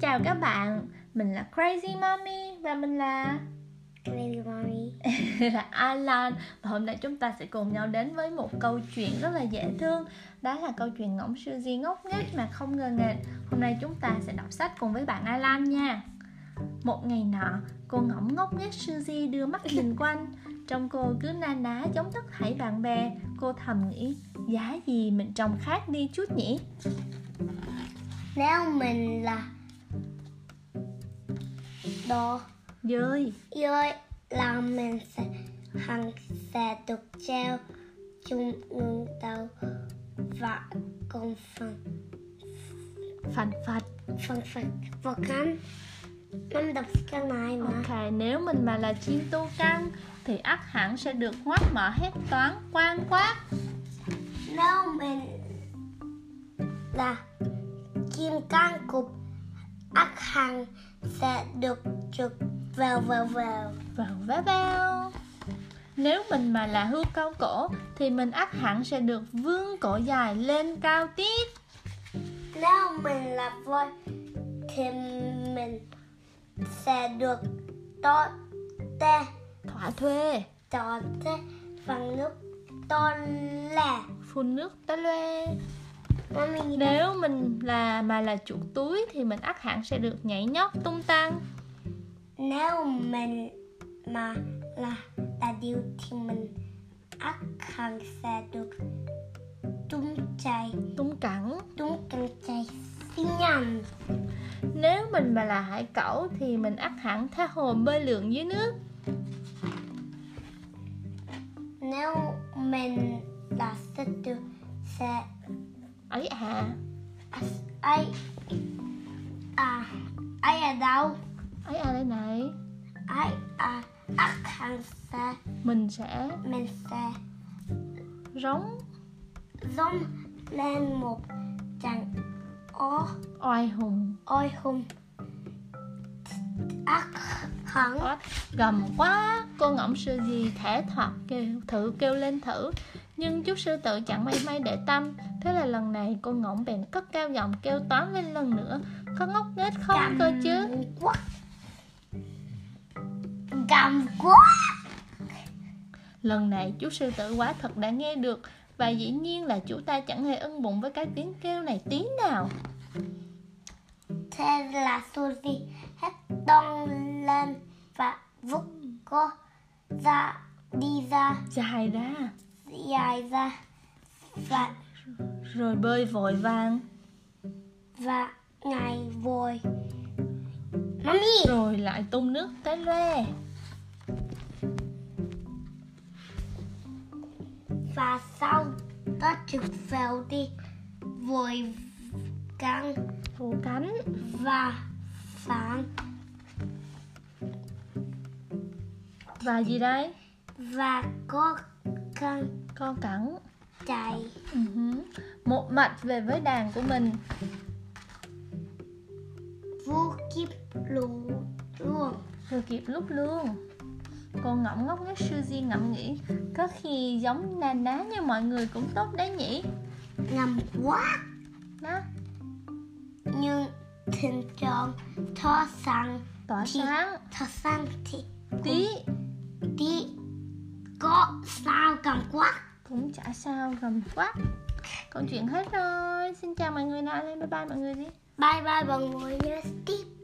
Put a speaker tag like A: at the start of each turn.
A: chào các bạn, mình là Crazy Mommy và mình là
B: Crazy Mommy
A: là Alan và hôm nay chúng ta sẽ cùng nhau đến với một câu chuyện rất là dễ thương đó là câu chuyện ngỗng siêu di ngốc nghếch mà không ngờ nghệch hôm nay chúng ta sẽ đọc sách cùng với bạn Alan nha một ngày nọ cô ngỗng ngốc nghếch siêu di đưa mắt nhìn quanh trong cô cứ na ná giống tất thảy bạn bè cô thầm nghĩ giá gì mình trông khác đi chút nhỉ
B: Nếu mình là Đồ
A: dơi
B: Rồi là mình sẽ Hằng sẽ được treo Chung ngưỡng đầu Và cùng phần
A: phành phạch
B: Phần phần Và cánh Mình đọc cái này mà
A: Ok, nếu mình mà là chim tu căn thì ắt hẳn sẽ được ngoác mỏ hết toán quan quát.
B: Nếu mình Là Chim can cục ắt hằng sẽ được trực vào vào vào
A: Vào vá vào. Nếu mình mà là hươu cao cổ thì mình ắt hẳn sẽ được vương cổ dài lên cao tiết.
B: Nếu mình là voi thì mình sẽ được to te
A: Thỏa thuê,
B: to te bằng nước to lè.
A: phun nước tá loe.
B: Mommy
A: Nếu mình là mà là chủ túi thì mình ắt hẳn sẽ được nhảy nhót tung tăng.
B: nếu mình mà là đà điểu thì mình ắt hẳn sẽ được tung chạy
A: Tung cẳng.
B: tung cánh chạy xin nhằn.
A: Nếu mình mà là hải cẩu thì mình ắt hẳn tha hồ bơi lượn dưới nước.
B: Nếu mình là sư tử sẽ
A: Ấy à,
B: ai à ai ở đâu
A: ấy à đây này.
B: ai à ắt hẳn sẽ
A: mình sẽ
B: mình sẽ
A: rống
B: dông lên một trận ó
A: oai hùng
B: ôi hùng ắt hẳn
A: Quá gầm quá cô ngỗng sư gì thể thoạt kêu thử kêu lên thử nhưng chú sư tử chẳng may may để tâm thế là lần này cô ngỗng bèn cất cao giọng kêu toán lên lần nữa có ngốc nghếch không cơ chứ
B: quất cầm quất
A: lần này chú sư tử quá thật đã nghe được và dĩ nhiên là chủ ta chẳng hề ưng bụng với cái tiếng kêu này tí nào
B: thế là suzy hết đông lên và vút cô ra đi ra
A: dài ra
B: dài ra và
A: rồi bơi vội vàng
B: và ngày vội Mami
A: rồi lại tung nước té loe
B: và sau đó trực vào đi vội căng
A: phủ cánh
B: và phản
A: và gì đây
B: và có căng
A: co cẳng
B: chạy
A: Ừ. một mạch về với đàn của mình
B: vô kiếp lũ luôn
A: vừa kịp lúc luôn cô ngẫm ngốc nghếch Suzy ngẫm nghĩ có khi giống na ná như mọi người cũng tốt đấy nhỉ
B: ngầm quá
A: đó
B: nhưng thỉnh thoảng thó sẵn
A: tỏa
B: thì
A: sáng
B: thó sẵn thì
A: tí
B: đi có sao cầm quá
A: cũng chả sao gầm quá câu chuyện hết rồi xin chào mọi người nào lên bye bye mọi người đi
B: bye bye mọi người nhớ tiếp